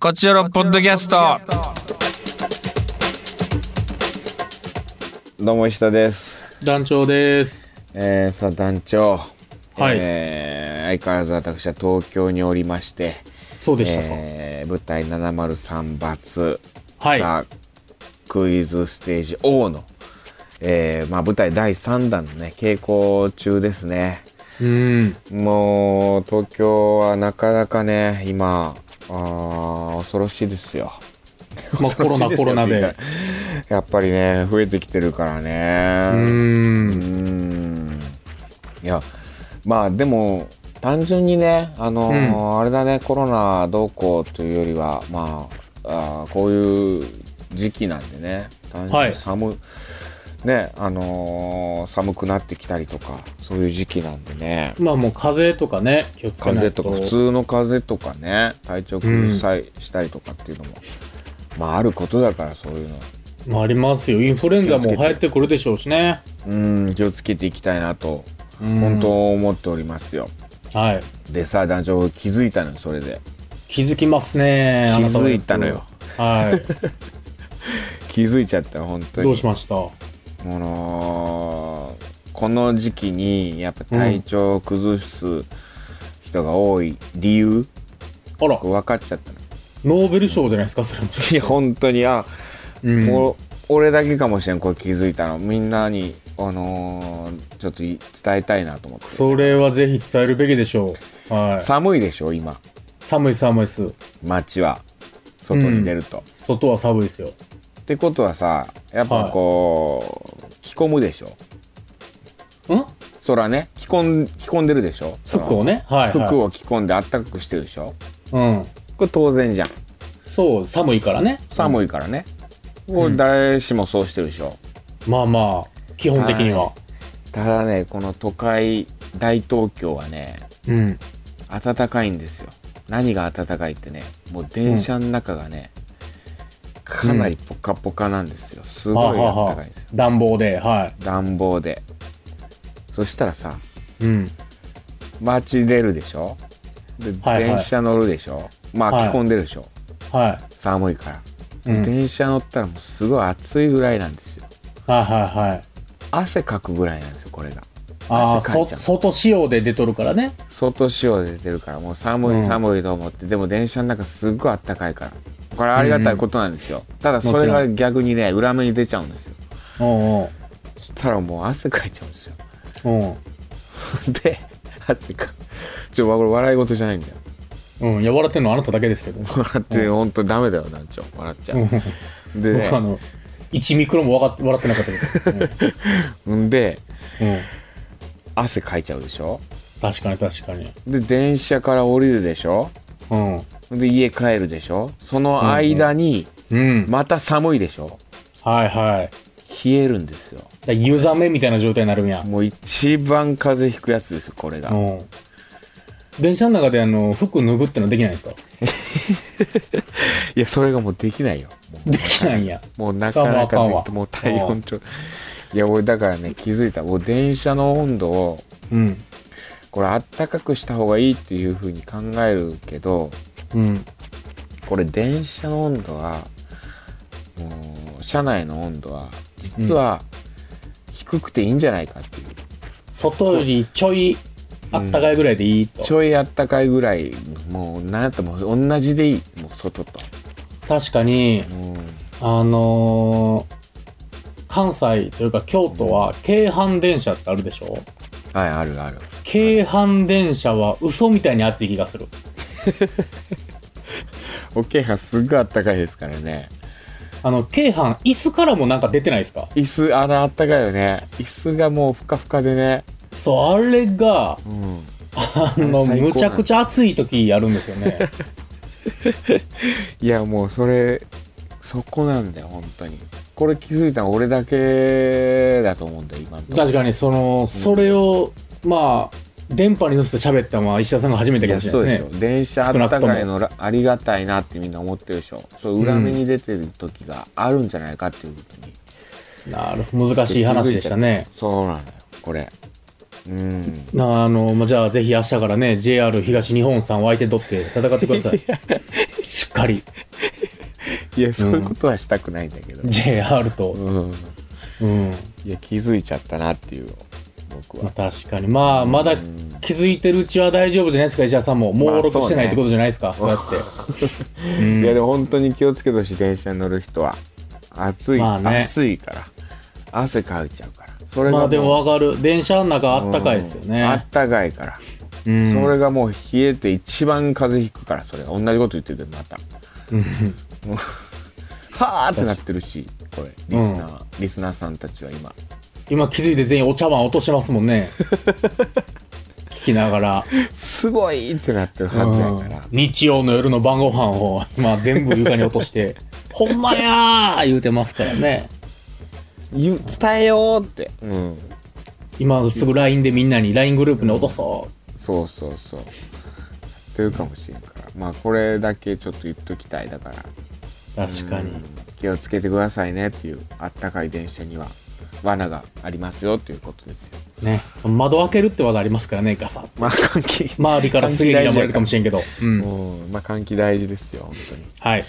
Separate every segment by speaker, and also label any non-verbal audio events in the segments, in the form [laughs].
Speaker 1: こちらのポッドキャスト。
Speaker 2: どうも石田です。
Speaker 3: 団長です。
Speaker 2: えー、さあ団長。
Speaker 3: はい
Speaker 2: えー相変わらず私は東京におりまして、
Speaker 3: そうでしたか。
Speaker 2: えー、舞台703バツ、
Speaker 3: はい。
Speaker 2: さあクイズステージ O の、えーまあ、舞台第3弾のね稽古中ですね。
Speaker 3: うん。
Speaker 2: もう東京はなかなかね今あー恐ろしいですよ。 [laughs]
Speaker 3: まあコロナコロナで。
Speaker 2: やっぱりね増えてきてるからね。
Speaker 3: う。
Speaker 2: うんーんいやまあでも単純にねあのーあれだねコロナどうこうというよりはまああーこういう時期なんでね単純
Speaker 3: は
Speaker 2: に
Speaker 3: い
Speaker 2: 寒、ねあのー寒くなってきたりとかそういう時期なんでね
Speaker 3: まあもう風邪とかね、気をつけ
Speaker 2: 風
Speaker 3: ない
Speaker 2: 邪とか普通の風邪とかね体調崩さいしたりとかっていうのも、まああることだからそういうの
Speaker 3: まあありますよ。インフルエンザも流行ってくるでしょうしね。
Speaker 2: うん気をつけていきたいなと
Speaker 3: うん
Speaker 2: 本当思っておりますよ。
Speaker 3: はい。
Speaker 2: でさ団長気づいたのよそれで
Speaker 3: 気づきますね。
Speaker 2: 気
Speaker 3: あなたは
Speaker 2: づいたのよ。 [laughs]
Speaker 3: はい。
Speaker 2: 気づいちゃった本当に
Speaker 3: どうしました
Speaker 2: あのーこの時期にやっぱ体調を崩す人が多い理由、
Speaker 3: あら、
Speaker 2: 分かっちゃったの
Speaker 3: ノーベル賞じゃないですか、それもしかし
Speaker 2: い
Speaker 3: て
Speaker 2: や本当にあ、
Speaker 3: うん
Speaker 2: お俺だけかもしれんこれ気づいたのみんなにあのーちょっとい伝えたいなと思って
Speaker 3: それはぜひ伝えるべきでしょう。はい。
Speaker 2: 寒いでしょ今
Speaker 3: 寒い寒いです。
Speaker 2: 街は外に出ると、
Speaker 3: 外は寒いですよ。
Speaker 2: ってことはさやっぱこう、着込むでしょ
Speaker 3: ん
Speaker 2: 空ね着込ん着込んでるでしょ
Speaker 3: 服をね。はい、
Speaker 2: そ
Speaker 3: はい。
Speaker 2: の服を着込んであったかくしてるでしょ
Speaker 3: うん。
Speaker 2: これ当然じゃん
Speaker 3: そう、寒いからね。
Speaker 2: 寒いからね、これ誰しもそうしてるでしょ
Speaker 3: まあまあ、基本的には。
Speaker 2: ただねこの都会大東京はね
Speaker 3: うん。
Speaker 2: 暖かいんですよ何が暖かいってねもう電車の中がね、かなりポカポカなんですよす
Speaker 3: はあ
Speaker 2: ごい
Speaker 3: はあは
Speaker 2: 暖
Speaker 3: あ
Speaker 2: かいんですよ
Speaker 3: 暖房で、は
Speaker 2: 暖房でそしたらさ
Speaker 3: い。うん。
Speaker 2: 街出るでしょで、
Speaker 3: はいはい
Speaker 2: 電車乗るでしょまあ
Speaker 3: はい
Speaker 2: 着込んでるでしょ、
Speaker 3: は
Speaker 2: 寒いから
Speaker 3: い。うん。はい
Speaker 2: 電車乗ったらもうすごい暑いぐらいなんですよ
Speaker 3: はいはい。
Speaker 2: 汗かくぐらいなんですよこれが
Speaker 3: ああ、
Speaker 2: 汗かい
Speaker 3: そ
Speaker 2: ちゃう
Speaker 3: 外仕様で出とるからね。
Speaker 2: 外仕様で出てるからもう寒
Speaker 3: う
Speaker 2: い
Speaker 3: ん
Speaker 2: 寒いと思って、でも電車の中すっごいあったかいからこれありがたいことなんですよ、ただそれ
Speaker 3: もち
Speaker 2: が
Speaker 3: ろ
Speaker 2: 逆にね裏目に出ちゃうんですよ
Speaker 3: うん
Speaker 2: そしたらもう汗かいちゃうんですよ [laughs]
Speaker 3: うん。
Speaker 2: で汗かちょこれ笑い事じゃないんだよ
Speaker 3: うん。うん。いや、笑ってんのあなただけ [laughs] ですけど。
Speaker 2: 笑って本当ダメだよ団長笑っちゃ
Speaker 3: うん
Speaker 2: う、でね
Speaker 3: 僕あの、1ミクロもわかって笑ってなかったけど。
Speaker 2: んで
Speaker 3: うん。うん
Speaker 2: 汗かいちゃうでしょ
Speaker 3: 確かに確かに。
Speaker 2: で電車から降りるでしょ
Speaker 3: うん。
Speaker 2: で家帰るでしょその間に
Speaker 3: うん。
Speaker 2: また寒いでしょ
Speaker 3: はいはい。
Speaker 2: 冷えるんですよ
Speaker 3: だ湯冷めみたいな状態になるんや。
Speaker 2: もう一番風邪ひくやつですよこれが、
Speaker 3: うん。電車の中であの、服脱ぐってのはできないんですか
Speaker 2: いやそれがもうできないよもう
Speaker 3: できないんや。
Speaker 2: もうなかな
Speaker 3: それはもう
Speaker 2: か
Speaker 3: あかんわ
Speaker 2: もう体温調いや俺だからね気づいたもう電車の温度を
Speaker 3: うん。
Speaker 2: これあったかくした方がいいっていう風に考えるけど
Speaker 3: うん。
Speaker 2: これ電車の温度はもう車内の温度は実は低くていいんじゃないかっていう、
Speaker 3: 外よりちょい、あったかいぐらいでいいと。
Speaker 2: ちょいあったかいぐらいもうなんやったらもう同じでいいもう外と、
Speaker 3: 確かに、
Speaker 2: うん、
Speaker 3: あのー関西というか京都は京阪電車ってあるでしょ
Speaker 2: はいあるある
Speaker 3: 京阪電車は嘘みたいに暑い気がする。
Speaker 2: オッケーはすっごいあったかいですからね
Speaker 3: あの、京阪、椅子からもなんか出てないですか
Speaker 2: 椅子あれあったかいよね椅子がもうふかふかでね
Speaker 3: そう、あれが、
Speaker 2: うん
Speaker 3: あの、
Speaker 2: 最高なん
Speaker 3: むちゃくちゃ暑い時やるんですよ
Speaker 2: [laughs]
Speaker 3: ね。
Speaker 2: いやもうそれそこなんだよ本当にこれ気づいたの俺だけだと思うんだよ今のとこ
Speaker 3: 確かに、その、それを、まあ、電波に乗せて喋ったのは石田さんが初めて
Speaker 2: い
Speaker 3: か
Speaker 2: や
Speaker 3: もし
Speaker 2: そ
Speaker 3: れ
Speaker 2: う
Speaker 3: な
Speaker 2: で
Speaker 3: い
Speaker 2: し
Speaker 3: で
Speaker 2: ょ
Speaker 3: すね。
Speaker 2: 電車あったかいのらありがたいなってみんな思ってるでしょそう裏目に出てる時があるんじゃないかっていうことに、
Speaker 3: なるほど、難しい話でしたね。
Speaker 2: そうなのよこれうん
Speaker 3: なあの、まあ、じゃあぜひ明日からね、JR 東日本さんを相手取って戦ってください。しっかり。
Speaker 2: いやそういうことはしたくないんだけど、
Speaker 3: JR と。
Speaker 2: うん
Speaker 3: うん。
Speaker 2: いや気づいちゃったなっていう僕
Speaker 3: まあ、
Speaker 2: は
Speaker 3: 確かに。まあ、まだ気づいてるうちは大丈夫じゃないですか、石田さんも。
Speaker 2: まあ
Speaker 3: もうろくしてない
Speaker 2: そうね
Speaker 3: ってことじゃないですか、そう
Speaker 2: [laughs]
Speaker 3: やって。うん
Speaker 2: いやでも本当に気をつけてほしい電車に乗る人は暑い、
Speaker 3: まあね
Speaker 2: 暑いから汗かいちゃうからそれが
Speaker 3: まあでも
Speaker 2: もう
Speaker 3: わかる。電車の中あったかいですよ
Speaker 2: うんあっ
Speaker 3: ね。
Speaker 2: たかいから、
Speaker 3: うん
Speaker 2: それがもう冷えて一番風邪ひくからそれ同じこと言ってるけどまた
Speaker 3: うん
Speaker 2: [laughs] はーってなってるしこれリスナー、リスナーさんたちは今
Speaker 3: 今気づいて全員お茶碗落としてますも
Speaker 2: [laughs]
Speaker 3: んね。聞きながら。
Speaker 2: すごいってなってるはずやから、
Speaker 3: 日曜の夜の晩ご飯を今全部床に落
Speaker 2: [laughs]
Speaker 3: として、ほんまやー言うてますからね。
Speaker 2: 言う伝えようって、うん、
Speaker 3: 今すぐ LINE でみんなに LINE グループに落とそ
Speaker 2: そうそうそうっていうかもしれんからまあこれだけちょっと言っときたいだから
Speaker 3: う。確かに。
Speaker 2: 気をつけてくださいねっていうあったかい電車には罠がありますよということですよ
Speaker 3: ね。窓開けるって技ありますからね、ガサッ。
Speaker 2: まあ換気
Speaker 3: 周りからすげえ睨まれるかもしれんけど。うん。
Speaker 2: うんまあ換気大事ですよ本当に
Speaker 3: はい。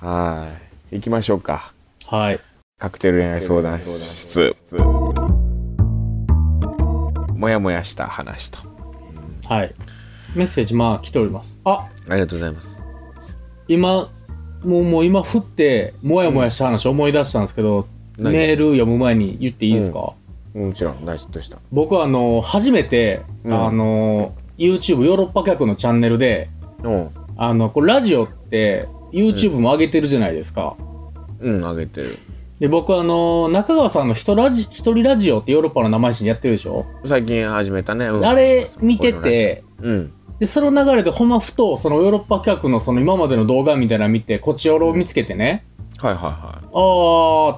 Speaker 2: はい行きましょうか
Speaker 3: はい。
Speaker 2: カクテル恋愛相談室もやもやした話と
Speaker 3: はい。メッセージまあ来ております。あ
Speaker 2: ありがとうございます
Speaker 3: 今もうもう今振ってもやもやした話思い出したんですけど、
Speaker 2: 何
Speaker 3: メール読む前に言っていいですか、
Speaker 2: もちろん大事とした
Speaker 3: 僕はあの初めて、
Speaker 2: うん
Speaker 3: あの YouTube ヨーロッパ客のチャンネルで
Speaker 2: うん
Speaker 3: あのこれラジオって YouTube も上げてるじゃないですか、
Speaker 2: うんあげてる
Speaker 3: で僕あの中川さんの一ラジ一人ラジオってヨーロッパの生配信やってるでしょ、
Speaker 2: 最近始めたね、うん
Speaker 3: あれ見て
Speaker 2: こういう
Speaker 3: て
Speaker 2: のらしいうん
Speaker 3: でその流れでほんまふとそのヨーロッパ客のその今までの動画みたいなの見てこちよろを見つけてね、
Speaker 2: はいはいは
Speaker 3: あ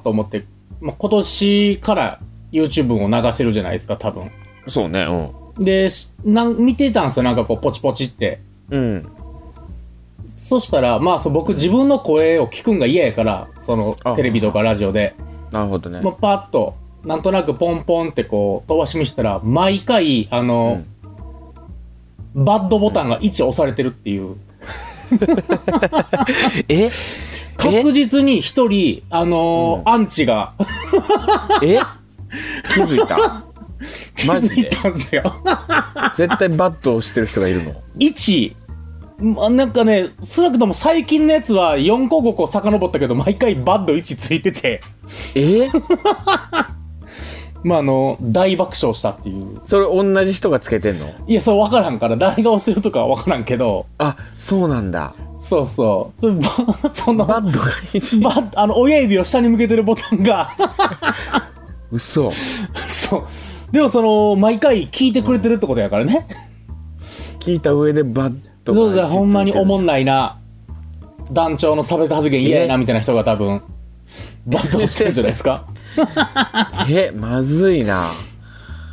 Speaker 3: ーと思って、まあ、今年から YouTube を流してるじゃないですか、多分。
Speaker 2: いそうね
Speaker 3: で、しなん見てたんですよ、なんかこう、ポチポチって。
Speaker 2: うんうん
Speaker 3: そしたら、まあそう、僕自分の声を聞くんが嫌やから、その
Speaker 2: あ、
Speaker 3: テレビとかラジオで。
Speaker 2: なるほどね
Speaker 3: まあ、パッと、なんとなくポンポンってこう、飛ばし見したら、毎回、あの、バッドボタンが1押されてるっていう。
Speaker 2: え
Speaker 3: 確実に一人、あのーアンチが、
Speaker 2: え気づいたマジ
Speaker 3: い
Speaker 2: で
Speaker 3: たんですよ。
Speaker 2: 絶対バットをしてる人がいるの
Speaker 3: 1、まあ、なんかね、少なくとも最近のやつは4個5個遡ったけど、毎回バッド1ついてて、
Speaker 2: え
Speaker 3: まあ、あの、大爆笑したっていう。
Speaker 2: それ同じ人がつけてんの
Speaker 3: いや、そう分からんから、誰が押してるとかは分からんけど、
Speaker 2: あそうなんだ
Speaker 3: そうそう。そばその、
Speaker 2: バットが一番
Speaker 3: バッあの、親指を下に向けてるボタンが、
Speaker 2: 嘘
Speaker 3: [laughs] そう。でもその、毎回聞いてくれてるってことやからね。
Speaker 2: 聞いた上でバットが
Speaker 3: そうだ、ほんまにおも
Speaker 2: ん
Speaker 3: んないな。団長の差別発言嫌やな、
Speaker 2: え
Speaker 3: みたいな人が多分、バッド押してるんじゃないです [laughs] か。
Speaker 2: えまずいな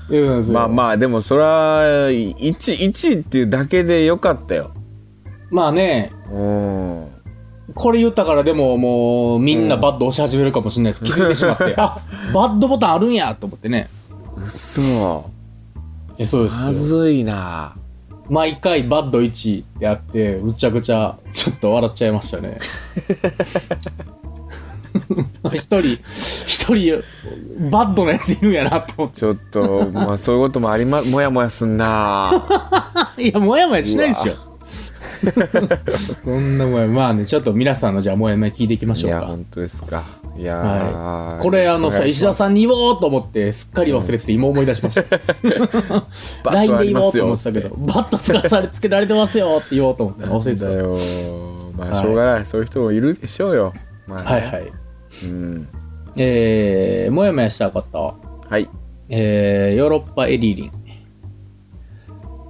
Speaker 3: うん、そう
Speaker 2: まあまあでもそれは11っていうだけでよかったよ
Speaker 3: まあね、
Speaker 2: うん
Speaker 3: これ言ったからでももうみんなバッド押し始めるかもしれないです、気づいてしまって [laughs] あバッドボタンあるんやと思ってね
Speaker 2: 嘘
Speaker 3: えそうですよ
Speaker 2: まずいな
Speaker 3: 毎回バッド1やってうちゃくちゃちょっと笑っちゃいました
Speaker 2: [laughs]
Speaker 3: ね一人一人バッドのやついるんやなと思っ
Speaker 2: ちょっとまあそういうこともありまもやもやすん
Speaker 3: [laughs]
Speaker 2: な
Speaker 3: ていやもやもやしないですよそんなもやまあねちょっと皆さんのじゃあもやもや聞いていきましょう
Speaker 2: いや
Speaker 3: か
Speaker 2: 本当ですかいやー、
Speaker 3: はい、これあのさ石田
Speaker 2: ん
Speaker 3: さんに言おうと思ってすっかり忘れてて今思い出しました
Speaker 2: バッ
Speaker 3: LINE
Speaker 2: トあ
Speaker 3: で
Speaker 2: り
Speaker 3: 言
Speaker 2: ま
Speaker 3: おう
Speaker 2: す
Speaker 3: と
Speaker 2: よ
Speaker 3: 思ってたけど、バッとつかされつけられてますよって言おうと思ってね、忘れて
Speaker 2: [laughs] だ
Speaker 3: た。
Speaker 2: よまあしょうがない、そういう人もいるでしょうよまあ、
Speaker 3: はいはい。
Speaker 2: うん
Speaker 3: えー、もやもやした方、
Speaker 2: はい
Speaker 3: えー、ヨーロッパエリリン。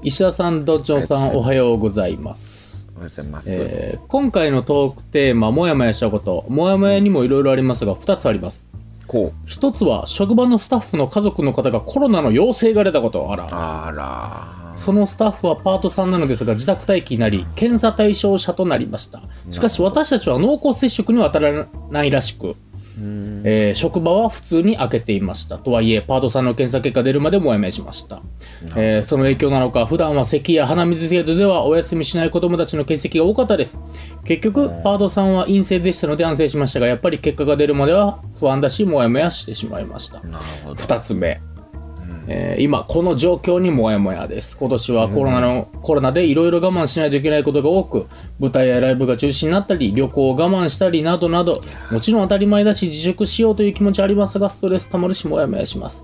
Speaker 3: 石田さん、土壌さん、おはようございます。
Speaker 2: おはようございます、
Speaker 3: えー今回のトークテーマ、もやもやしたこと、もやもやにもいろいろありますが、2つあります。
Speaker 2: こう
Speaker 3: 1つは、職場のスタッフの家族の方がコロナの陽性が出たこと、あら。
Speaker 2: あら
Speaker 3: そのスタッフはパートさんなのですが自宅待機になり検査対象者となりましたしかし私たちは濃厚接触には当たらないらしく
Speaker 2: うん
Speaker 3: えー職場は普通に開けていましたとはいえパートさんの検査結果出るまでもやめしました、えーその影響なのか普段は咳や鼻水程度ではお休みしない子どもたちの欠席が多かったです結局パートさんは陰性でしたので安静しましたがやっぱり結果が出るまでは不安だしモヤモヤしてしまいました
Speaker 2: なるほど。
Speaker 3: 2つ目、えー今この状況にモヤモヤです今年はコロナの、コロナでいろいろ我慢しないといけないことが多く舞台やライブが中止になったり旅行を我慢したりなどなどもちろん当たり前だし自粛しようという気持ちありますがストレスたまるしモヤモヤします、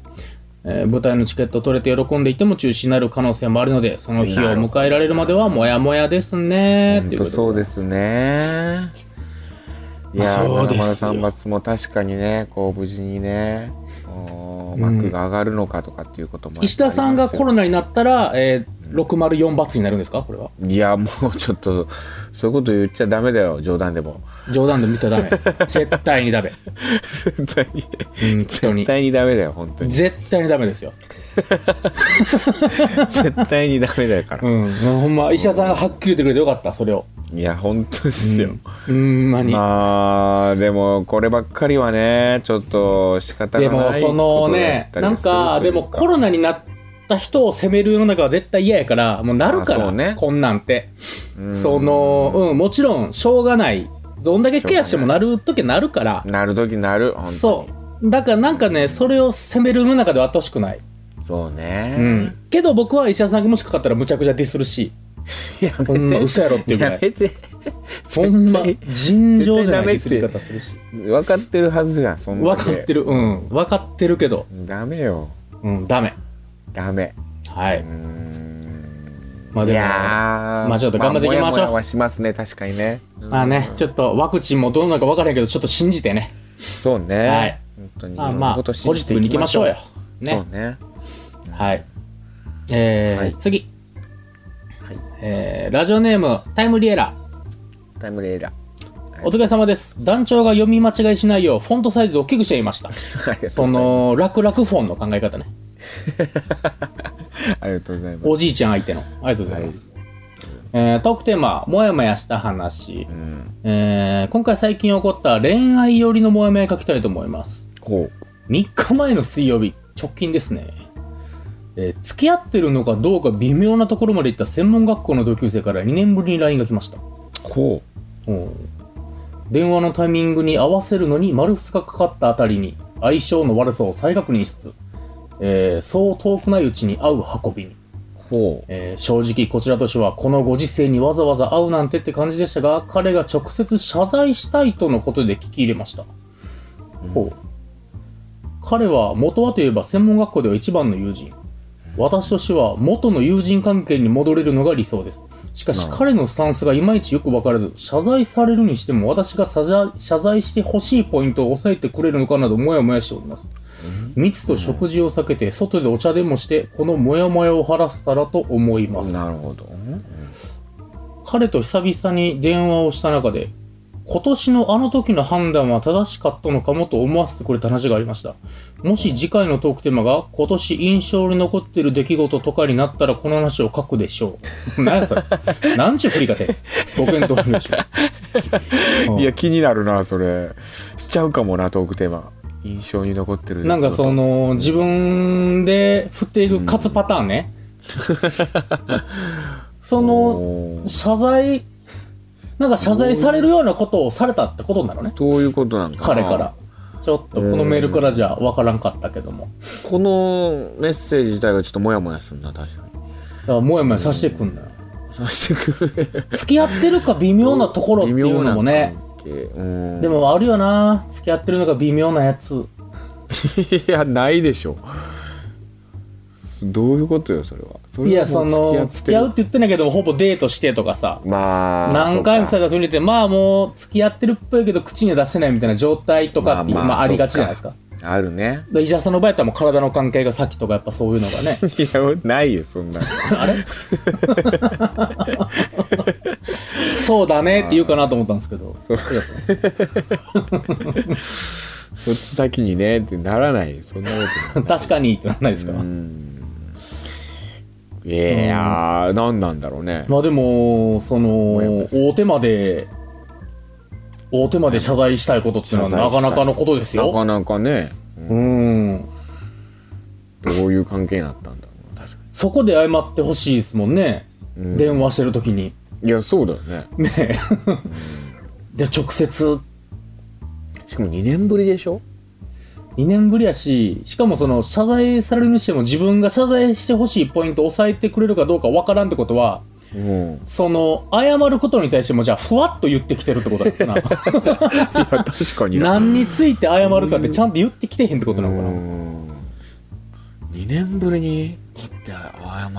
Speaker 3: えー舞台のチケット取れて喜んでいても中止になる可能性もあるのでその日を迎えられるまではモヤモヤですね
Speaker 2: 本当そうですね。いやー、
Speaker 3: そうです
Speaker 2: 七
Speaker 3: よ
Speaker 2: 丸三月も確かにね、こう無事にね、おー幕が上がるのかとかっていうことも、
Speaker 3: 石田さんがコロ
Speaker 2: ナ。
Speaker 3: ナになったら、えー、604罰になるんですかこれはい
Speaker 2: や、もうちょっと、そういうこと言っちゃダメだよ、冗談でも。
Speaker 3: 冗談で見
Speaker 2: [laughs]
Speaker 3: たらダメ絶対にダメ
Speaker 2: 絶対に、
Speaker 3: 本当に
Speaker 2: 絶対にダメだよ、本当に。
Speaker 3: 絶対にダメですよ、
Speaker 2: 絶対にダメだから。
Speaker 3: うん、ほんま医者さんがはっきり言ってくれてよかったそれを
Speaker 2: いや、本当ですよ。
Speaker 3: うんまに、
Speaker 2: まあでもこればっかりはねちょっと仕方
Speaker 3: で
Speaker 2: が
Speaker 3: も
Speaker 2: ない
Speaker 3: そ
Speaker 2: こ
Speaker 3: の
Speaker 2: とだっ
Speaker 3: ね
Speaker 2: たり
Speaker 3: なん
Speaker 2: するという
Speaker 3: かでもコロナになった人を責める世の中は絶対嫌やからもうなるか
Speaker 2: あそ
Speaker 3: ら、
Speaker 2: うね
Speaker 3: こんなんて
Speaker 2: うん
Speaker 3: そのうんもちろんしょうがないどんだけケアしてもなる時はなるから
Speaker 2: なる時なる本当に
Speaker 3: そうだからなんかねそれを責める世の中ではあってほしくない、
Speaker 2: そう
Speaker 3: う
Speaker 2: ね
Speaker 3: ん、けど僕は医者さんがもしかかったらむちゃくちゃディスるし
Speaker 2: やめ
Speaker 3: ほんま
Speaker 2: て
Speaker 3: 嘘やろっていうぐら
Speaker 2: や
Speaker 3: い
Speaker 2: めて
Speaker 3: ほんま
Speaker 2: 絶
Speaker 3: 尋常じゃないディスり
Speaker 2: 絶対ダメって
Speaker 3: 方するし
Speaker 2: 分かってるはずじゃんそん
Speaker 3: 分かって
Speaker 2: る
Speaker 3: るうん分かってるけど
Speaker 2: ダメよ
Speaker 3: うんダメ
Speaker 2: ダメ
Speaker 3: はいう
Speaker 2: ーん
Speaker 3: まあ
Speaker 2: い
Speaker 3: でも
Speaker 2: やー
Speaker 3: まあちょっと頑張っていきまし
Speaker 2: あ
Speaker 3: ょう
Speaker 2: もやもやはしますね確かにね
Speaker 3: まあねちょっとワクチンもどうなるか分からへんけどちょっと信じてね
Speaker 2: そうね
Speaker 3: はい
Speaker 2: 本当に
Speaker 3: まあ
Speaker 2: いろん
Speaker 3: ま
Speaker 2: な
Speaker 3: あ
Speaker 2: こ
Speaker 3: ポ
Speaker 2: と
Speaker 3: ジ
Speaker 2: 信じて
Speaker 3: ティブにいきましょうよ
Speaker 2: そう
Speaker 3: ね
Speaker 2: ね
Speaker 3: はいえー
Speaker 2: はい
Speaker 3: 次、
Speaker 2: はい
Speaker 3: えーラジオネームタイムリエラ
Speaker 2: タイムレーダー
Speaker 3: お疲れ様です団長が読み間違いしないようフォントサイズを大きくしていました
Speaker 2: [laughs]
Speaker 3: [laughs]
Speaker 2: ありがとう
Speaker 3: そ
Speaker 2: ございます
Speaker 3: の楽々フォンの考え方ね
Speaker 2: ありがとうございます
Speaker 3: おじいちゃん相手のありがとうございます、えートークテーマ「もやもやした話」
Speaker 2: うん
Speaker 3: えー今回最近起こった恋愛寄りのモヤモヤ書きたいと思います
Speaker 2: こ
Speaker 3: 3日前の水曜日直近ですね、えー付き合ってるのかどうか微妙なところまで行った専門学校の同級生から2年ぶりに LINE が来ました
Speaker 2: うこう
Speaker 3: おう電話のタイミングに合わせるのに丸2日かかったあたりに相性の悪さを再確認しつつ、えーそう遠くないうちに会う運びに
Speaker 2: ほ
Speaker 3: えー正直こちらとしてはこのご時世にわざわざ会うなんてって感じでしたが彼が直接謝罪したいとのことで聞き入れました、ほう彼は元はといえば専門学校では一番の友人私としては元の友人関係に戻れるのが理想ですしかし
Speaker 2: なるほ
Speaker 3: 彼のスタンスがいまいちよく分からず謝罪されるにしても私が謝罪謝罪してほしいポイントを抑えてくれるのかなどもやもやしております密と食事を避けて外でお茶でもしてこのモヤモヤを晴らせたらと思いま
Speaker 2: う
Speaker 3: す
Speaker 2: なるほど
Speaker 3: 彼と久々に電話をした中で今年のあの時の判断は正しかったのかもと思わせてくれた話がありましたもし次回のトークテーマが今年印象に残っている出来事とかになったらこの話を書くでしょう何や
Speaker 2: [laughs]
Speaker 3: それ何ちゅう振り方やご検討お願いしますうん
Speaker 2: いや気になるなそれしちゃうかもなトークテーマ印象に残ってる
Speaker 3: なんかその自分で振っていく勝つパター
Speaker 2: [laughs]
Speaker 3: ンね、その
Speaker 2: おー
Speaker 3: 謝罪なんか謝罪されるようなことをされたってことなのね
Speaker 2: どういうことなんかな
Speaker 3: 彼からちょっとこのメールからじゃ分からんかったけども
Speaker 2: このメッセージ自体がちょっとモヤモヤするな確かに
Speaker 3: だからもやもやさせてくんだよ
Speaker 2: さしてくれ
Speaker 3: 付き合ってるか微妙なところっていうのもね
Speaker 2: 微妙な関係うん
Speaker 3: でもあるよな付き合ってるのが微妙なやつ
Speaker 2: いやないでしょどういうことよそれはそれはい
Speaker 3: やそ
Speaker 2: もう
Speaker 3: の付き合うっ
Speaker 2: って
Speaker 3: て言ってないけどもほぼデートしてとかさ
Speaker 2: るまあ
Speaker 3: 何回も
Speaker 2: そ
Speaker 3: さ
Speaker 2: う
Speaker 3: れたそれにてまあもう付き合ってるっぽいけど口には出してないみたいな状態とかっていう、
Speaker 2: まあ
Speaker 3: まあ
Speaker 2: まあ
Speaker 3: あ、りがちじゃないですか
Speaker 2: かあるね
Speaker 3: で医者さんの場合やったらもう体の関係が先とかやっぱそういうのが
Speaker 2: [laughs]
Speaker 3: ね
Speaker 2: いやないよそんなの [laughs]
Speaker 3: あれそうだねって言うかなと思ったんですけど
Speaker 2: そうそっち先にねってならないよそんなこと [laughs] ない
Speaker 3: 確かにってならないですか、
Speaker 2: いやー何なんだろうね
Speaker 3: まあでもその
Speaker 2: もやもやす
Speaker 3: 大手まで大手まで謝罪したいことっていうの
Speaker 2: 謝罪
Speaker 3: はな
Speaker 2: した
Speaker 3: か
Speaker 2: い
Speaker 3: なかのことです
Speaker 2: な
Speaker 3: よ。
Speaker 2: かなかね、
Speaker 3: うん。
Speaker 2: どういう関係になったんだろうな確か
Speaker 3: そこで謝ってほしいですもんね。電話してるときに。
Speaker 2: にいやそうだよね
Speaker 3: ね [laughs] えで、直接、
Speaker 2: しかも2年ぶりでしょ
Speaker 3: 2年ぶりやし、しかもその、謝罪されるにしても自分が謝罪してほしいポイントを抑えてくれるかどうかわからんってことは、
Speaker 2: うん
Speaker 3: その、謝ることに対しても、じゃあ、ふわっと言ってきてるってことだよな。
Speaker 2: いや [laughs] 確かにな
Speaker 3: 何について謝るかってちゃんと言ってきてへんってことなのかな。
Speaker 2: 2年ぶりにだって謝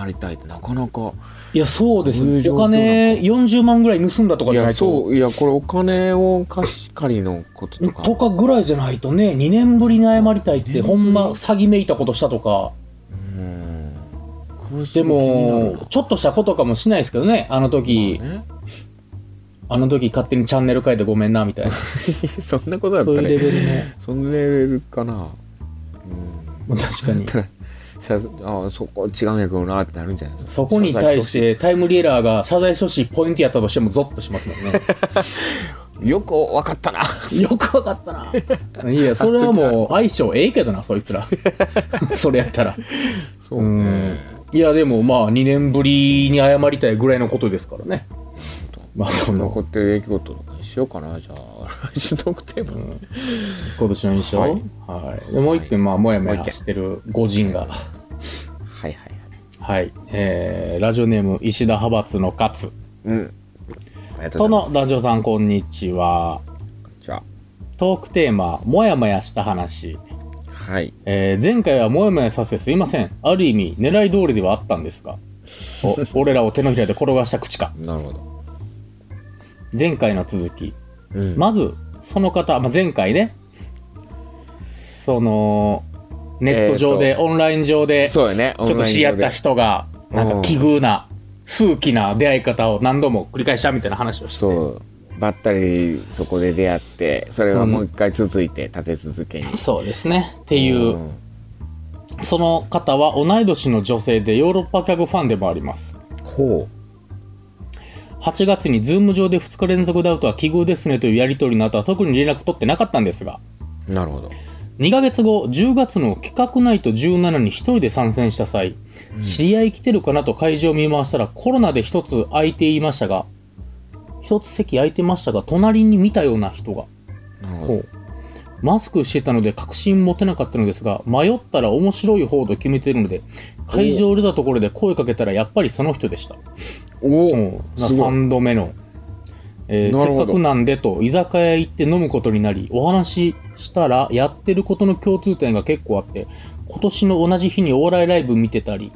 Speaker 2: りたいってなかなか
Speaker 3: いや、そうです
Speaker 2: どういう。状況
Speaker 3: お
Speaker 2: なの
Speaker 3: 金40万ぐらい盗んだとか
Speaker 2: い
Speaker 3: じゃな
Speaker 2: や
Speaker 3: いと。
Speaker 2: そういやこれお金を貸し借りのこととか
Speaker 3: とかぐらいじゃないとね、2年ぶりに謝りたいって、ほんま詐欺めいたことしたとか、
Speaker 2: うんこれす
Speaker 3: で
Speaker 2: ごい気になる
Speaker 3: も、ちょっとしたことかもしれないですけどね、あの時、
Speaker 2: なね
Speaker 3: あの時勝手にチャンネル変えてごめんな、みたいな。
Speaker 2: [laughs] そんなことだっ
Speaker 3: そ
Speaker 2: た
Speaker 3: ういうレベ
Speaker 2: ね
Speaker 3: ルね。
Speaker 2: そんなレベルかな
Speaker 3: もう確か
Speaker 2: [laughs]
Speaker 3: に。
Speaker 2: 謝罪あそこ違うんやけどなってなるんじゃないですか
Speaker 3: そこに対してタイムリエラーが謝罪してほしいポイントやったとしてもゾッとしますもんね。
Speaker 2: よくわかったな
Speaker 3: [laughs] よくわかったな。 [laughs] いや、それはもう相性ええけどな、そいつ [laughs] ら。それやったら。
Speaker 2: そう
Speaker 3: う
Speaker 2: ね
Speaker 3: んいや、でもまあ、2年ぶりに謝りたいぐらいのことですからね。まあ、そんな
Speaker 2: 残ってる出来事とかにしようかなじゃあ [laughs] 来週のテーマ
Speaker 3: 今年の印象。
Speaker 2: は
Speaker 3: はいい。でもう一件、まあ、もやもやしてる五人が。
Speaker 2: はいはいはい
Speaker 3: はい。えー、ラジオネーム、石田派閥の勝。
Speaker 2: うんありがと
Speaker 3: と
Speaker 2: うござ
Speaker 3: の
Speaker 2: います
Speaker 3: 男女さん、こんにちは。
Speaker 2: じゃ
Speaker 3: トークテーマ、もやもやした話。
Speaker 2: あはい
Speaker 3: えー前回はもやもやさせてすいません。ある意味、狙い通りではあったんですが。
Speaker 2: [laughs]
Speaker 3: お俺らを手のひらで転がした口か。
Speaker 2: なるほど
Speaker 3: 前回の続き。
Speaker 2: うん
Speaker 3: まず、その方、まあ、前回ね、その、ネット上で、
Speaker 2: えー
Speaker 3: オンライン上で、ちょ
Speaker 2: そうやねち
Speaker 3: っと知り合った人が、なん
Speaker 2: う
Speaker 3: か
Speaker 2: ん
Speaker 3: 奇遇な、数奇な出会い方を何度も繰り返したみたいな話をして。
Speaker 2: そうばったりそこで出会ってそれがもう一回続いて立て続けに、
Speaker 3: そうですね。っていうう、
Speaker 2: ん
Speaker 3: その方は同い年の女性でヨーロッパ客ファンでもあります。
Speaker 2: ほ
Speaker 3: 8月にズーム上で2日連続で会うとは奇遇ですねというやり取りの後は特に連絡取ってなかったんですが、
Speaker 2: うなるほど
Speaker 3: 2ヶ月後、10月の企画ナイト17に一人で参戦した際、知り合い来てるかなと会場を見回したらコロナで一つ空いていましたが、一つ席空いてましたが、隣に見たような人が。
Speaker 2: なるほ
Speaker 3: こ
Speaker 2: ど
Speaker 3: うマスクしてたので確信持てなかったのですが、迷ったら面白い方と決めてるので、会場を出たところで声かけたらやっぱりその人でした。
Speaker 2: お
Speaker 3: もう
Speaker 2: すごい
Speaker 3: 3度目の、えー
Speaker 2: なる
Speaker 3: せ
Speaker 2: ほ
Speaker 3: っ
Speaker 2: ど
Speaker 3: かくなんでと居酒屋へ行って飲むことになりお話ししたらやってることの共通点が結構あって今年の同じ日にお笑いライブ見てたり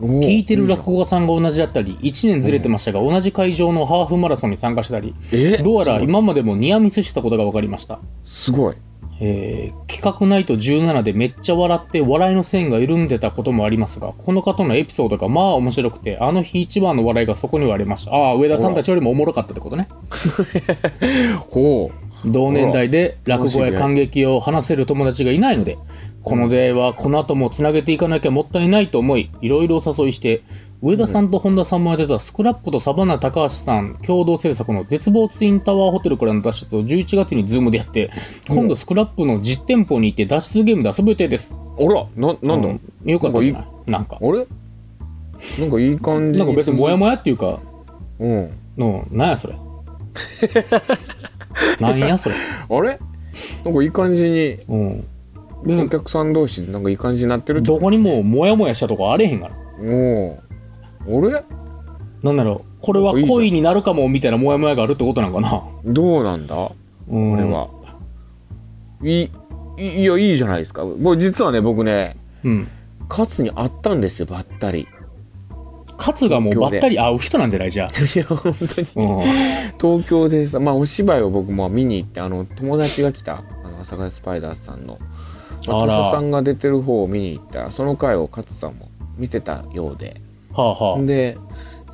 Speaker 2: お
Speaker 3: 聞いてる落語家さんが同じだったり1年ずれてましたが同じ会場のハーフマラソンに参加したり
Speaker 2: え
Speaker 3: どうやら今までもニアミスしてたことが分かりました
Speaker 2: すごい
Speaker 3: えー企画ナイト17でめっちゃ笑って笑いの線が緩んでたこともありますがこの方のエピソードがまあ面白くてあの日一番の笑いがそこにはありましたああ上田さんたちよりもおもろかったってことね
Speaker 2: ほ
Speaker 3: 同年代で落語や感激を話せる友達がいないのでこの出会いはこの後もつなげていかなきゃもったいないと思いいろいろお誘いして上田さんと本田さんも当てたスクラップとサバンナ高橋さん共同制作の絶望ツインタワーホテルからの脱出を11月にズームでやって今度スクラップの実店舗に行って脱出ゲームで遊ぶ予定です
Speaker 2: うあらななんだ、
Speaker 3: うんよかったじゃないなんか
Speaker 2: あれなんかいい感じ
Speaker 3: なんか別にモヤモヤっていうか
Speaker 2: うん
Speaker 3: のなんやそ [laughs] れなんやそれ
Speaker 2: あれなんかいい感じに
Speaker 3: うん別
Speaker 2: お
Speaker 3: に
Speaker 2: 客さん同士でなんかいい感じになってるって
Speaker 3: どこにもモヤモヤしたとこあれへんから
Speaker 2: おうあれ
Speaker 3: なんだろう、これは恋になるかもみたいなモヤモヤがあるってことなのかな。
Speaker 2: どうなんだこ
Speaker 3: こ
Speaker 2: れ。は、いいいいやいいじゃないですかもう実はね僕ね
Speaker 3: うん。
Speaker 2: 勝に会ったんですよばったり [laughs] い
Speaker 3: カツがもうばったり会う人なんじゃないじゃあ。
Speaker 2: や本当に [laughs]
Speaker 3: うん。
Speaker 2: 東京でさまあお芝居を僕も見に行ってあの友達が来たあの阿佐ヶ谷スパイダースさんのまあ
Speaker 3: あら
Speaker 2: 土佐さんが出てる方を見に行ったらその回を勝さんも見てたようで
Speaker 3: はあは
Speaker 2: で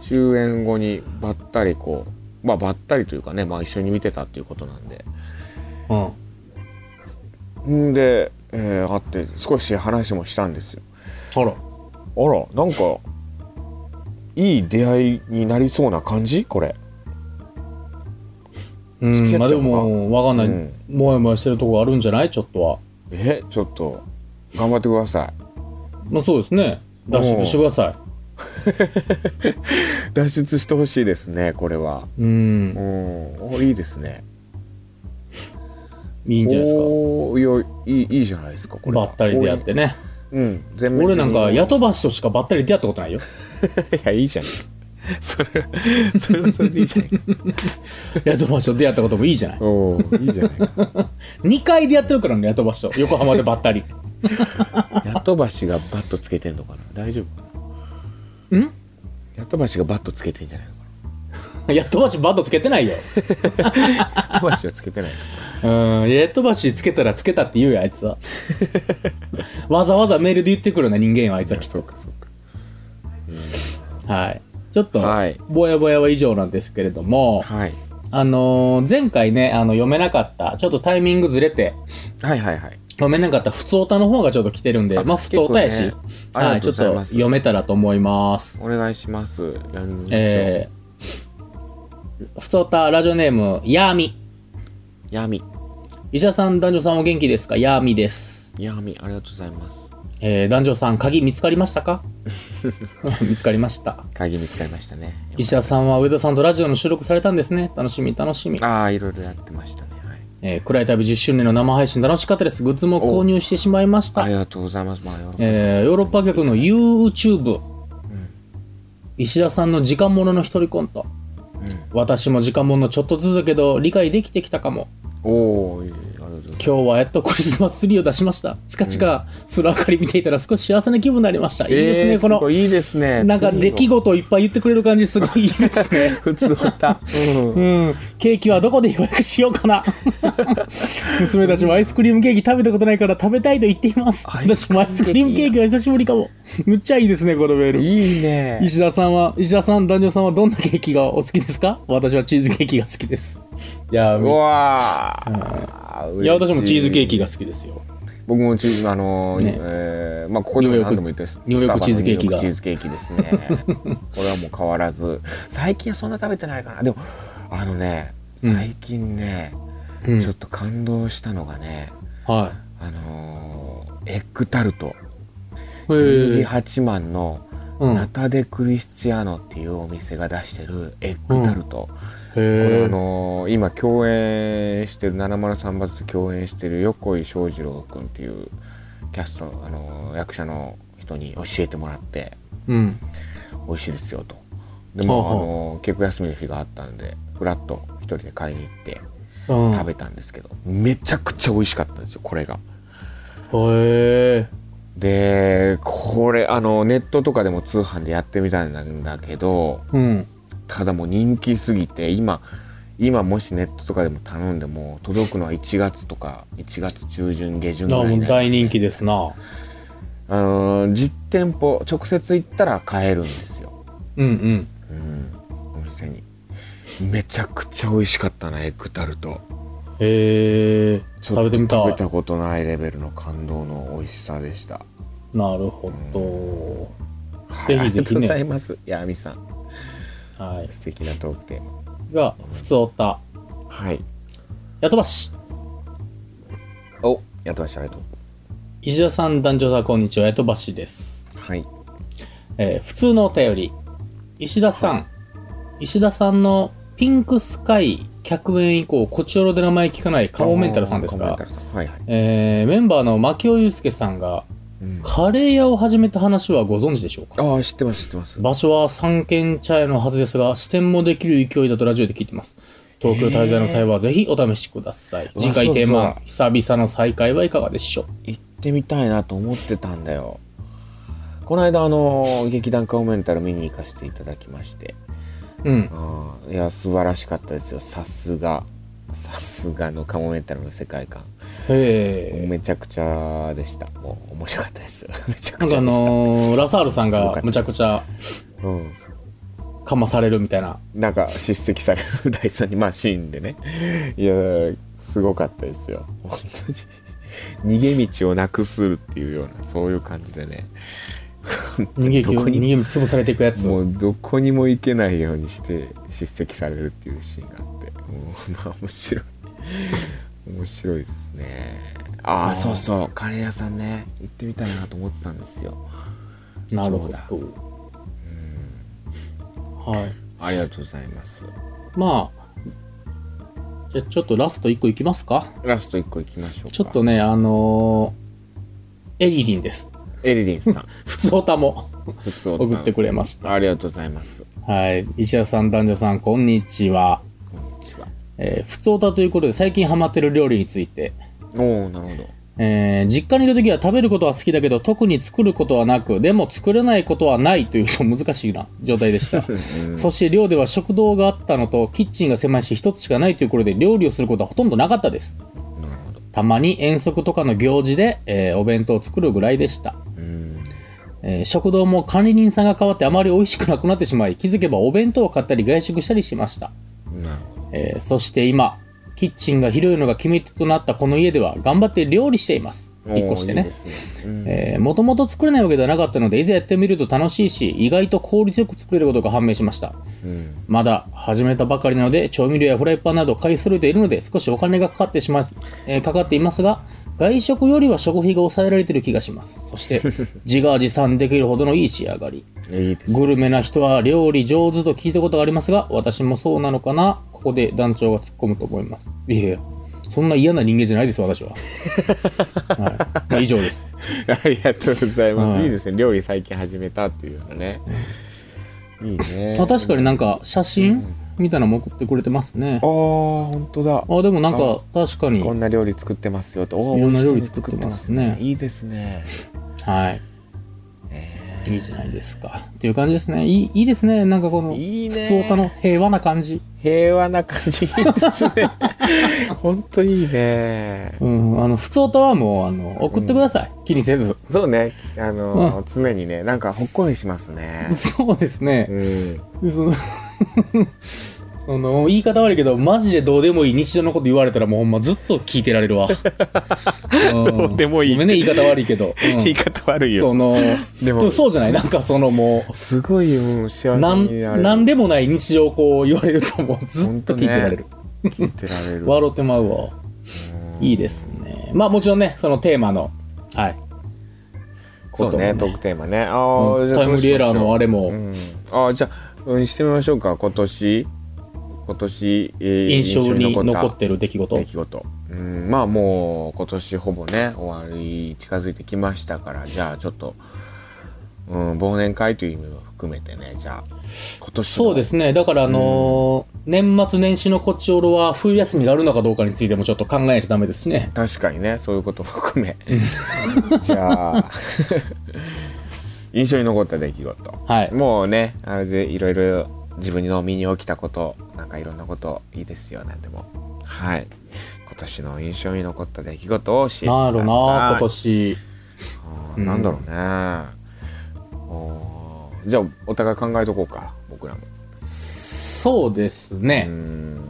Speaker 2: 終演後にばったりこうまあばったりというかね、まあ、一緒に見てたっていうことなんで
Speaker 3: あ。うん。
Speaker 2: んで、えー会って少し話もしたんですよ
Speaker 3: あら。
Speaker 2: あらなんかいい出会いになりそうな感じこれ
Speaker 3: う
Speaker 2: 付き合っちゃ
Speaker 3: ん、
Speaker 2: う
Speaker 3: まあで
Speaker 2: のか
Speaker 3: も、わかんない、
Speaker 2: うん
Speaker 3: もやもやしてるとこあるんじゃないちょっとは。
Speaker 2: えちょっと頑張ってくださ
Speaker 3: まあそうですね。脱出してくださ。
Speaker 2: い脱出してほしいですねこれはい
Speaker 3: うん
Speaker 2: う。んおいいですね
Speaker 3: いい
Speaker 2: い
Speaker 3: んじゃないですか。
Speaker 2: いやいいいいじゃないですかこれ
Speaker 3: ば
Speaker 2: は
Speaker 3: ったり出会ってね。
Speaker 2: うん全面的に
Speaker 3: 俺なんか、ヤトバシとしかばったり出会ったことないよ。
Speaker 2: [laughs] いやいいじゃん [laughs] それはそれはそれでいいじゃないか
Speaker 3: ヤトバシと出会ったこともいいじゃない。
Speaker 2: [laughs] おおいいじゃないか
Speaker 3: 2回出会ってるからね、ヤトバシと。横浜でばったり。 [laughs]
Speaker 2: ヤトバシがバットつけてんのかな大丈夫かなんヤトバシがバットつけてんじゃないのか
Speaker 3: ヤトバシバットつけてないよ。
Speaker 2: なヤトバシはつけてないですか
Speaker 3: うん、ヤトバシつけたらつけたって言うよ、あいつは。
Speaker 2: [laughs]
Speaker 3: わざわざメールで言ってくるような人間はあいつは
Speaker 2: [laughs]
Speaker 3: きっ
Speaker 2: そうかそうか
Speaker 3: と。はい。ちょっと、
Speaker 2: はい
Speaker 3: ぼやぼやは以上なんですけれども、
Speaker 2: はい
Speaker 3: あのー前回ね、あの、読めなかった、ちょっとタイミングずれて、
Speaker 2: はいはいはい
Speaker 3: 読めなかった普通歌の方がちょっと来てるんで、
Speaker 2: あ
Speaker 3: まあ普通歌やし、
Speaker 2: 結構ねあ
Speaker 3: は
Speaker 2: りが
Speaker 3: い、ち
Speaker 2: と
Speaker 3: ょ
Speaker 2: う
Speaker 3: っ
Speaker 2: ござい
Speaker 3: と
Speaker 2: ます
Speaker 3: 読めたらと思います。
Speaker 2: お願いしますやりましょう
Speaker 3: えー、ふつおたラジオネーム、ヤーミ。
Speaker 2: 闇
Speaker 3: 医者さん、男女さんお元気ですかヤーミです。
Speaker 2: 闇ありがとうございます
Speaker 3: えー、男女さん、鍵見つかりましたか [laughs] 見つかりました。
Speaker 2: 鍵見つかりましたね
Speaker 3: 医者さんは上田さんとラジオの収録されたんですね。楽しみ、楽しみ。
Speaker 2: ああいろいろやってましたねはい
Speaker 3: えー、暗い旅10周年の生配信楽しかったです。グッズも購入してしまいました
Speaker 2: あり。がとうございますまあよろしく
Speaker 3: えーヨーロッパ客の YouTube、石田さんの時間ものの一人コント、私も時間ものちょっとずつだけど理解できてきたかも
Speaker 2: おおありがとうございます
Speaker 3: 今日はやっとクリスマスツリーを出しました近々すら明かり見ていたら少し幸せな気分になりました、いいですね、
Speaker 2: えーす
Speaker 3: こ
Speaker 2: ご
Speaker 3: の
Speaker 2: いいいですね
Speaker 3: なんか出来事をいっぱい言ってくれる感じすごいいいですね
Speaker 2: 普通
Speaker 3: [laughs]
Speaker 2: 歌うん
Speaker 3: うん、ケーキはどこで予約しようか [laughs] な娘たちもアイスクリームケーキ食べたことないから食べたいと言っています
Speaker 2: アイス
Speaker 3: 私
Speaker 2: クリームケーキ
Speaker 3: もアイスクリームケーキは久しぶりかもむっちゃいいですねこのメール
Speaker 2: いいね
Speaker 3: 石田さんは石田さん男女さんはどんなケーキがお好きですか私はチーズケーキが好きですいや
Speaker 2: うわー
Speaker 3: いや私もチーズケー
Speaker 2: キ
Speaker 3: キが好きですよ
Speaker 2: 僕もチーズあのー
Speaker 3: ね
Speaker 2: えーまあここでも
Speaker 3: ニューヨ
Speaker 2: 何
Speaker 3: ーク
Speaker 2: 度も言ってます
Speaker 3: ニューヨークチーズケーキが
Speaker 2: スタバのニューヨークチーズケーキです
Speaker 3: [laughs]
Speaker 2: ねこれはもう変わらず最近はそんな食べてないかなでもあのね
Speaker 3: うん
Speaker 2: 最近ね、
Speaker 3: うん
Speaker 2: ちょっと感動したのがね
Speaker 3: は
Speaker 2: あのーエッグタルト
Speaker 3: い
Speaker 2: ユー
Speaker 3: へ
Speaker 2: リ
Speaker 3: え
Speaker 2: 八万の
Speaker 3: うん
Speaker 2: ナタデ・クリスチアーノっていうお店が出してるエッグタルト、これ
Speaker 3: へ
Speaker 2: あ
Speaker 3: え
Speaker 2: のー今共演してる703バズと共演してる横井翔二郎君っていうキャスト、あのー役者の人に教えてもらって
Speaker 3: うん
Speaker 2: 美味しいですよとでも、
Speaker 3: は
Speaker 2: あ
Speaker 3: あはあ
Speaker 2: のー結構休みの日があったんでふらっと一人で買いに行って
Speaker 3: うん
Speaker 2: 食べたんですけど、めちゃくちゃ美味しかったんですよこれが。
Speaker 3: へえ
Speaker 2: でこれあのネットとかでも通販でやってみたんだけど
Speaker 3: うん
Speaker 2: ただもう人気すぎて今今もしネットとかでも頼んでも届くのは1月とか1月中旬下旬ぐ
Speaker 3: な
Speaker 2: らい
Speaker 3: も
Speaker 2: になりますね
Speaker 3: う大人気ですな
Speaker 2: あのー実店舗直接行ったら買えるんですよ
Speaker 3: うん
Speaker 2: うんお店にめちゃくちゃ美味しかったなエッグタルト
Speaker 3: うんへえ
Speaker 2: ちょっ
Speaker 3: 食べ
Speaker 2: と
Speaker 3: てみた
Speaker 2: 食べ
Speaker 3: い
Speaker 2: たことないレベルの感動の美味しさでした
Speaker 3: なるほど
Speaker 2: はいありが
Speaker 3: ぜひぜひね
Speaker 2: とうございますいやあみさん
Speaker 3: はい
Speaker 2: 素敵なトークテーマ
Speaker 3: が普通おった
Speaker 2: はい
Speaker 3: やとばし
Speaker 2: おやっとましたありがとう
Speaker 3: 石田さん男女さんこんにちはやとばしです
Speaker 2: はい
Speaker 3: えー普通のお便り石田さん、石田さんのピンクスカイ100円以降こちおろで名前聞かないカモメンタルさんです
Speaker 2: カモメン
Speaker 3: が
Speaker 2: タ、ルさんはいはい、
Speaker 3: えーメンバーの牧尾祐介さんが
Speaker 2: うん
Speaker 3: カレー屋を始めた話はご存知でしょうか
Speaker 2: ああ知ってます知ってます
Speaker 3: 場所は三軒茶屋のはずですが支店もできる勢いだとラジオで聞いてます東京滞在の際はぜひお試しください
Speaker 2: わ
Speaker 3: 次回テーマ
Speaker 2: そう
Speaker 3: 久々の再会はいかがでしょう
Speaker 2: 行ってみたいなと思ってたんだよこの間あの劇団カモメンタル見に行かせていただきまして
Speaker 3: うん
Speaker 2: あーいや素晴らしかったですよさすがさすがのカモメンタルの世界観
Speaker 3: へえ
Speaker 2: めちゃくちゃでしたもう面白かったですめちゃ
Speaker 3: な
Speaker 2: く
Speaker 3: ん
Speaker 2: ちゃ
Speaker 3: かあ
Speaker 2: でした、
Speaker 3: のーラサールさん
Speaker 2: すごかっ
Speaker 3: が
Speaker 2: たです
Speaker 3: むちゃくちゃ
Speaker 2: うん、
Speaker 3: かまされるみたいな
Speaker 2: なんか叱責される大さんにまあシーンでねいやすごかったですよ本当に逃げ道をなくすっていうようなそういう感じでね
Speaker 3: 逃げ
Speaker 2: どこに
Speaker 3: 逃げ道潰されていくやつ
Speaker 2: もうどこにも行けないようにして叱責されるっていうシーンがあってもうまあ面白い面白いですねあ
Speaker 3: あー
Speaker 2: あそうそうカレー屋さんね行ってみたいなと思ってたんですよ
Speaker 3: なる
Speaker 2: そ
Speaker 3: ほ
Speaker 2: う
Speaker 3: ど
Speaker 2: だ
Speaker 3: はい
Speaker 2: ありがとうございます
Speaker 3: まあじゃあちょっとラスト1個いきますか
Speaker 2: ラスト1個いきましょうか
Speaker 3: ちょっとねあのーエリリ
Speaker 2: [laughs]
Speaker 3: ンです
Speaker 2: エリリンさん
Speaker 3: 普通おたも
Speaker 2: 普通おたん
Speaker 3: 送ってくれました
Speaker 2: ありがとうございます
Speaker 3: はい石田さん男女さんこんにちは
Speaker 2: こんにちは
Speaker 3: えー、普通だということで最近ハマってる料理について、
Speaker 2: おおなるほど
Speaker 3: えー実家にいる時は食べることは好きだけど特に作ることはなくでも作れないことはないという難しいな状態
Speaker 2: [laughs]
Speaker 3: でした、そして寮では食堂があったのとキッチンが狭いし一つしかないということで料理をすることはほとんどなかったです
Speaker 2: なるほど
Speaker 3: たまに遠足とかの行事で、えーお弁当を作るぐらいでした、
Speaker 2: うん
Speaker 3: えー食堂も管理人さんが変わってあまり美味しくなくなってしまい気づけばお弁当を買ったり外食したりしました
Speaker 2: なるほど
Speaker 3: えーそして今キッチンが広いのが決め手となったこの家では頑張って料理しています引っ越して
Speaker 2: おーいい
Speaker 3: [laughs] ね
Speaker 2: ですね、うん
Speaker 3: もともと作れないわけではなかったのでいざやってみると楽しいし意外と効率よく作れることが判明しました
Speaker 2: うん
Speaker 3: まだ始めたばかりなので調味料やフライパンなど買い揃えているので少しお金がかかってしまい、えーかかっていますが外食よりは食費が抑えられている気がしますそして
Speaker 2: [laughs]
Speaker 3: 自画自賛できるほどのいい仕上がり
Speaker 2: いいですね
Speaker 3: グルメな人は料理上手と聞いたことがありますが、私もそうなのかなここで団長が突っ込むと思います。いやいや、そんな嫌な人間じゃないです、私
Speaker 2: [laughs]
Speaker 3: は。はいまあ、以上です。
Speaker 2: [laughs] ありがとうございます。
Speaker 3: はい
Speaker 2: い、いですね。料理最近始めたっていうのね。いいね。
Speaker 3: [laughs] あ確かに
Speaker 2: あ
Speaker 3: なんか写真みたいなのも送ってくれてますね
Speaker 2: あー、。本当だ。
Speaker 3: あ、でもなんか確かに、
Speaker 2: こんな料理作ってますよと。おー
Speaker 3: いろんな
Speaker 2: 美味しそうに
Speaker 3: 料理作ってますね
Speaker 2: 作っていいですね。
Speaker 3: はい。いいじゃないですか。っていう感じですね。いいいいですね。なんかこの、
Speaker 2: いい
Speaker 3: 普
Speaker 2: ね
Speaker 3: 通歌の平和な感じ。
Speaker 2: 平和な感じいいです
Speaker 3: [laughs]
Speaker 2: ね。本当いいね。
Speaker 3: うん、あの、普通歌はもう、あの、送ってください。気にせず。。
Speaker 2: そうね。あのー、常にね、なんかほっこりしますね
Speaker 3: [laughs] そうですね。
Speaker 2: うん。
Speaker 3: でその [laughs] その言い方悪いけどマジでどうでもいい日常のこと言われたらもうほんまずっと聞いてられ
Speaker 2: [laughs]
Speaker 3: るわど
Speaker 2: うでもいい
Speaker 3: ごめんね言い方悪いけど、うん
Speaker 2: 言い方悪いよ。
Speaker 3: そので
Speaker 2: で
Speaker 3: も
Speaker 2: も
Speaker 3: そうじゃないなんかそのも
Speaker 2: すごい、うん、幸せ
Speaker 3: う
Speaker 2: に
Speaker 3: な
Speaker 2: なんれる。
Speaker 3: なんでもない日常をこう言われるともうずっと聞いてられる、
Speaker 2: 聞いてられる。
Speaker 3: 笑うてまうわいいですねまあもちろんねそのテーマのはい
Speaker 2: そうね、トークテーマね。ああ、
Speaker 3: うんタイムリーエラーのあ
Speaker 2: れ。
Speaker 3: れも、
Speaker 2: うん、あーじゃあ、うん、してみましょうか今年今年、えー
Speaker 3: 印象に
Speaker 2: 印
Speaker 3: 残
Speaker 2: 残
Speaker 3: っ
Speaker 2: った
Speaker 3: てる出来事
Speaker 2: 出来事、うん、まあもう今年ほぼね終わり近づいてきましたからじゃあちょっと、うん、忘年会という意味も含めてねじゃあ今年の
Speaker 3: そうですね、だから、あのー年末年始のこっちおろは冬休みがあるのかどうかについてもちょっと考えないとダメですしね。
Speaker 2: 確かにねそういうことも含め [laughs] じゃあ印象に残った出来事
Speaker 3: はい。
Speaker 2: もうねあれでいろいろ自分の身に起きたことなんかいろんなこといいですよなんでもはい今年の印象に残った出来事を教えてくだ
Speaker 3: な
Speaker 2: さい
Speaker 3: るな、今年。
Speaker 2: あーなんだろうね、おーじゃあお互い考えとこうか僕らも
Speaker 3: そうです
Speaker 2: うー
Speaker 3: ね。
Speaker 2: ん今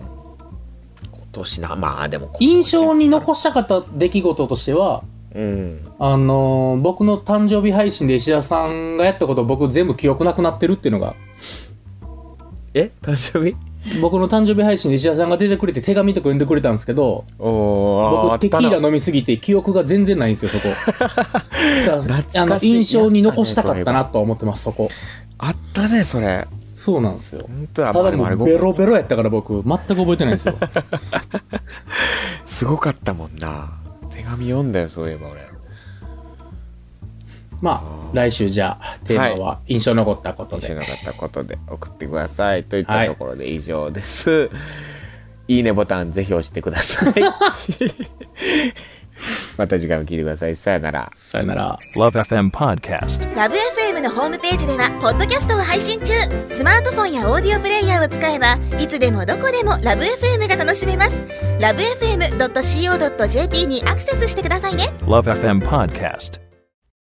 Speaker 2: 年なまあでも
Speaker 3: 印象に残したかった出来事としては、
Speaker 2: うん
Speaker 3: あのー僕の誕生日配信で石田さんがやったこと僕全部記憶なくなってるっていうのが、
Speaker 2: え誕生日
Speaker 3: 僕の誕生日配信で石田さんが出てくれて手紙とか読んでくれたんですけど、
Speaker 2: おーあーあ
Speaker 3: 僕
Speaker 2: っ
Speaker 3: テキ
Speaker 2: たな
Speaker 3: ーラ飲みすぎて記憶が全然ないんですよ、そ [laughs] こ。だから
Speaker 2: 懐かしい
Speaker 3: あの印象に残したかったなとは思ってます、そこ。
Speaker 2: あったねそれ
Speaker 3: そうなんですよ。
Speaker 2: 本当や
Speaker 3: ただ
Speaker 2: で
Speaker 3: も
Speaker 2: あれ
Speaker 3: うベロベロやったから僕、全く覚えてないん [laughs] ですよ。
Speaker 2: すごかったもんな手紙読んだよそういえば俺
Speaker 3: まあ、来週じゃあ、テーマは印象に残ったこと
Speaker 2: 知
Speaker 3: で。
Speaker 2: らなかったことで送ってくださいといったところで以上です、 [laughs] い、いねボタンぜひ押してください [laughs] また次回も聞いてくださいさよなら
Speaker 3: さよなら。
Speaker 1: Love FM Podcast.
Speaker 4: ラブ f m のホームページではポッドキャストを配信中スマートフォンやオーディオプレイヤーを使えばいつでもどこでもラブ f m が楽しめますラブ FM.co.jp にアクセスしてくださいね
Speaker 1: Love FM Podcast.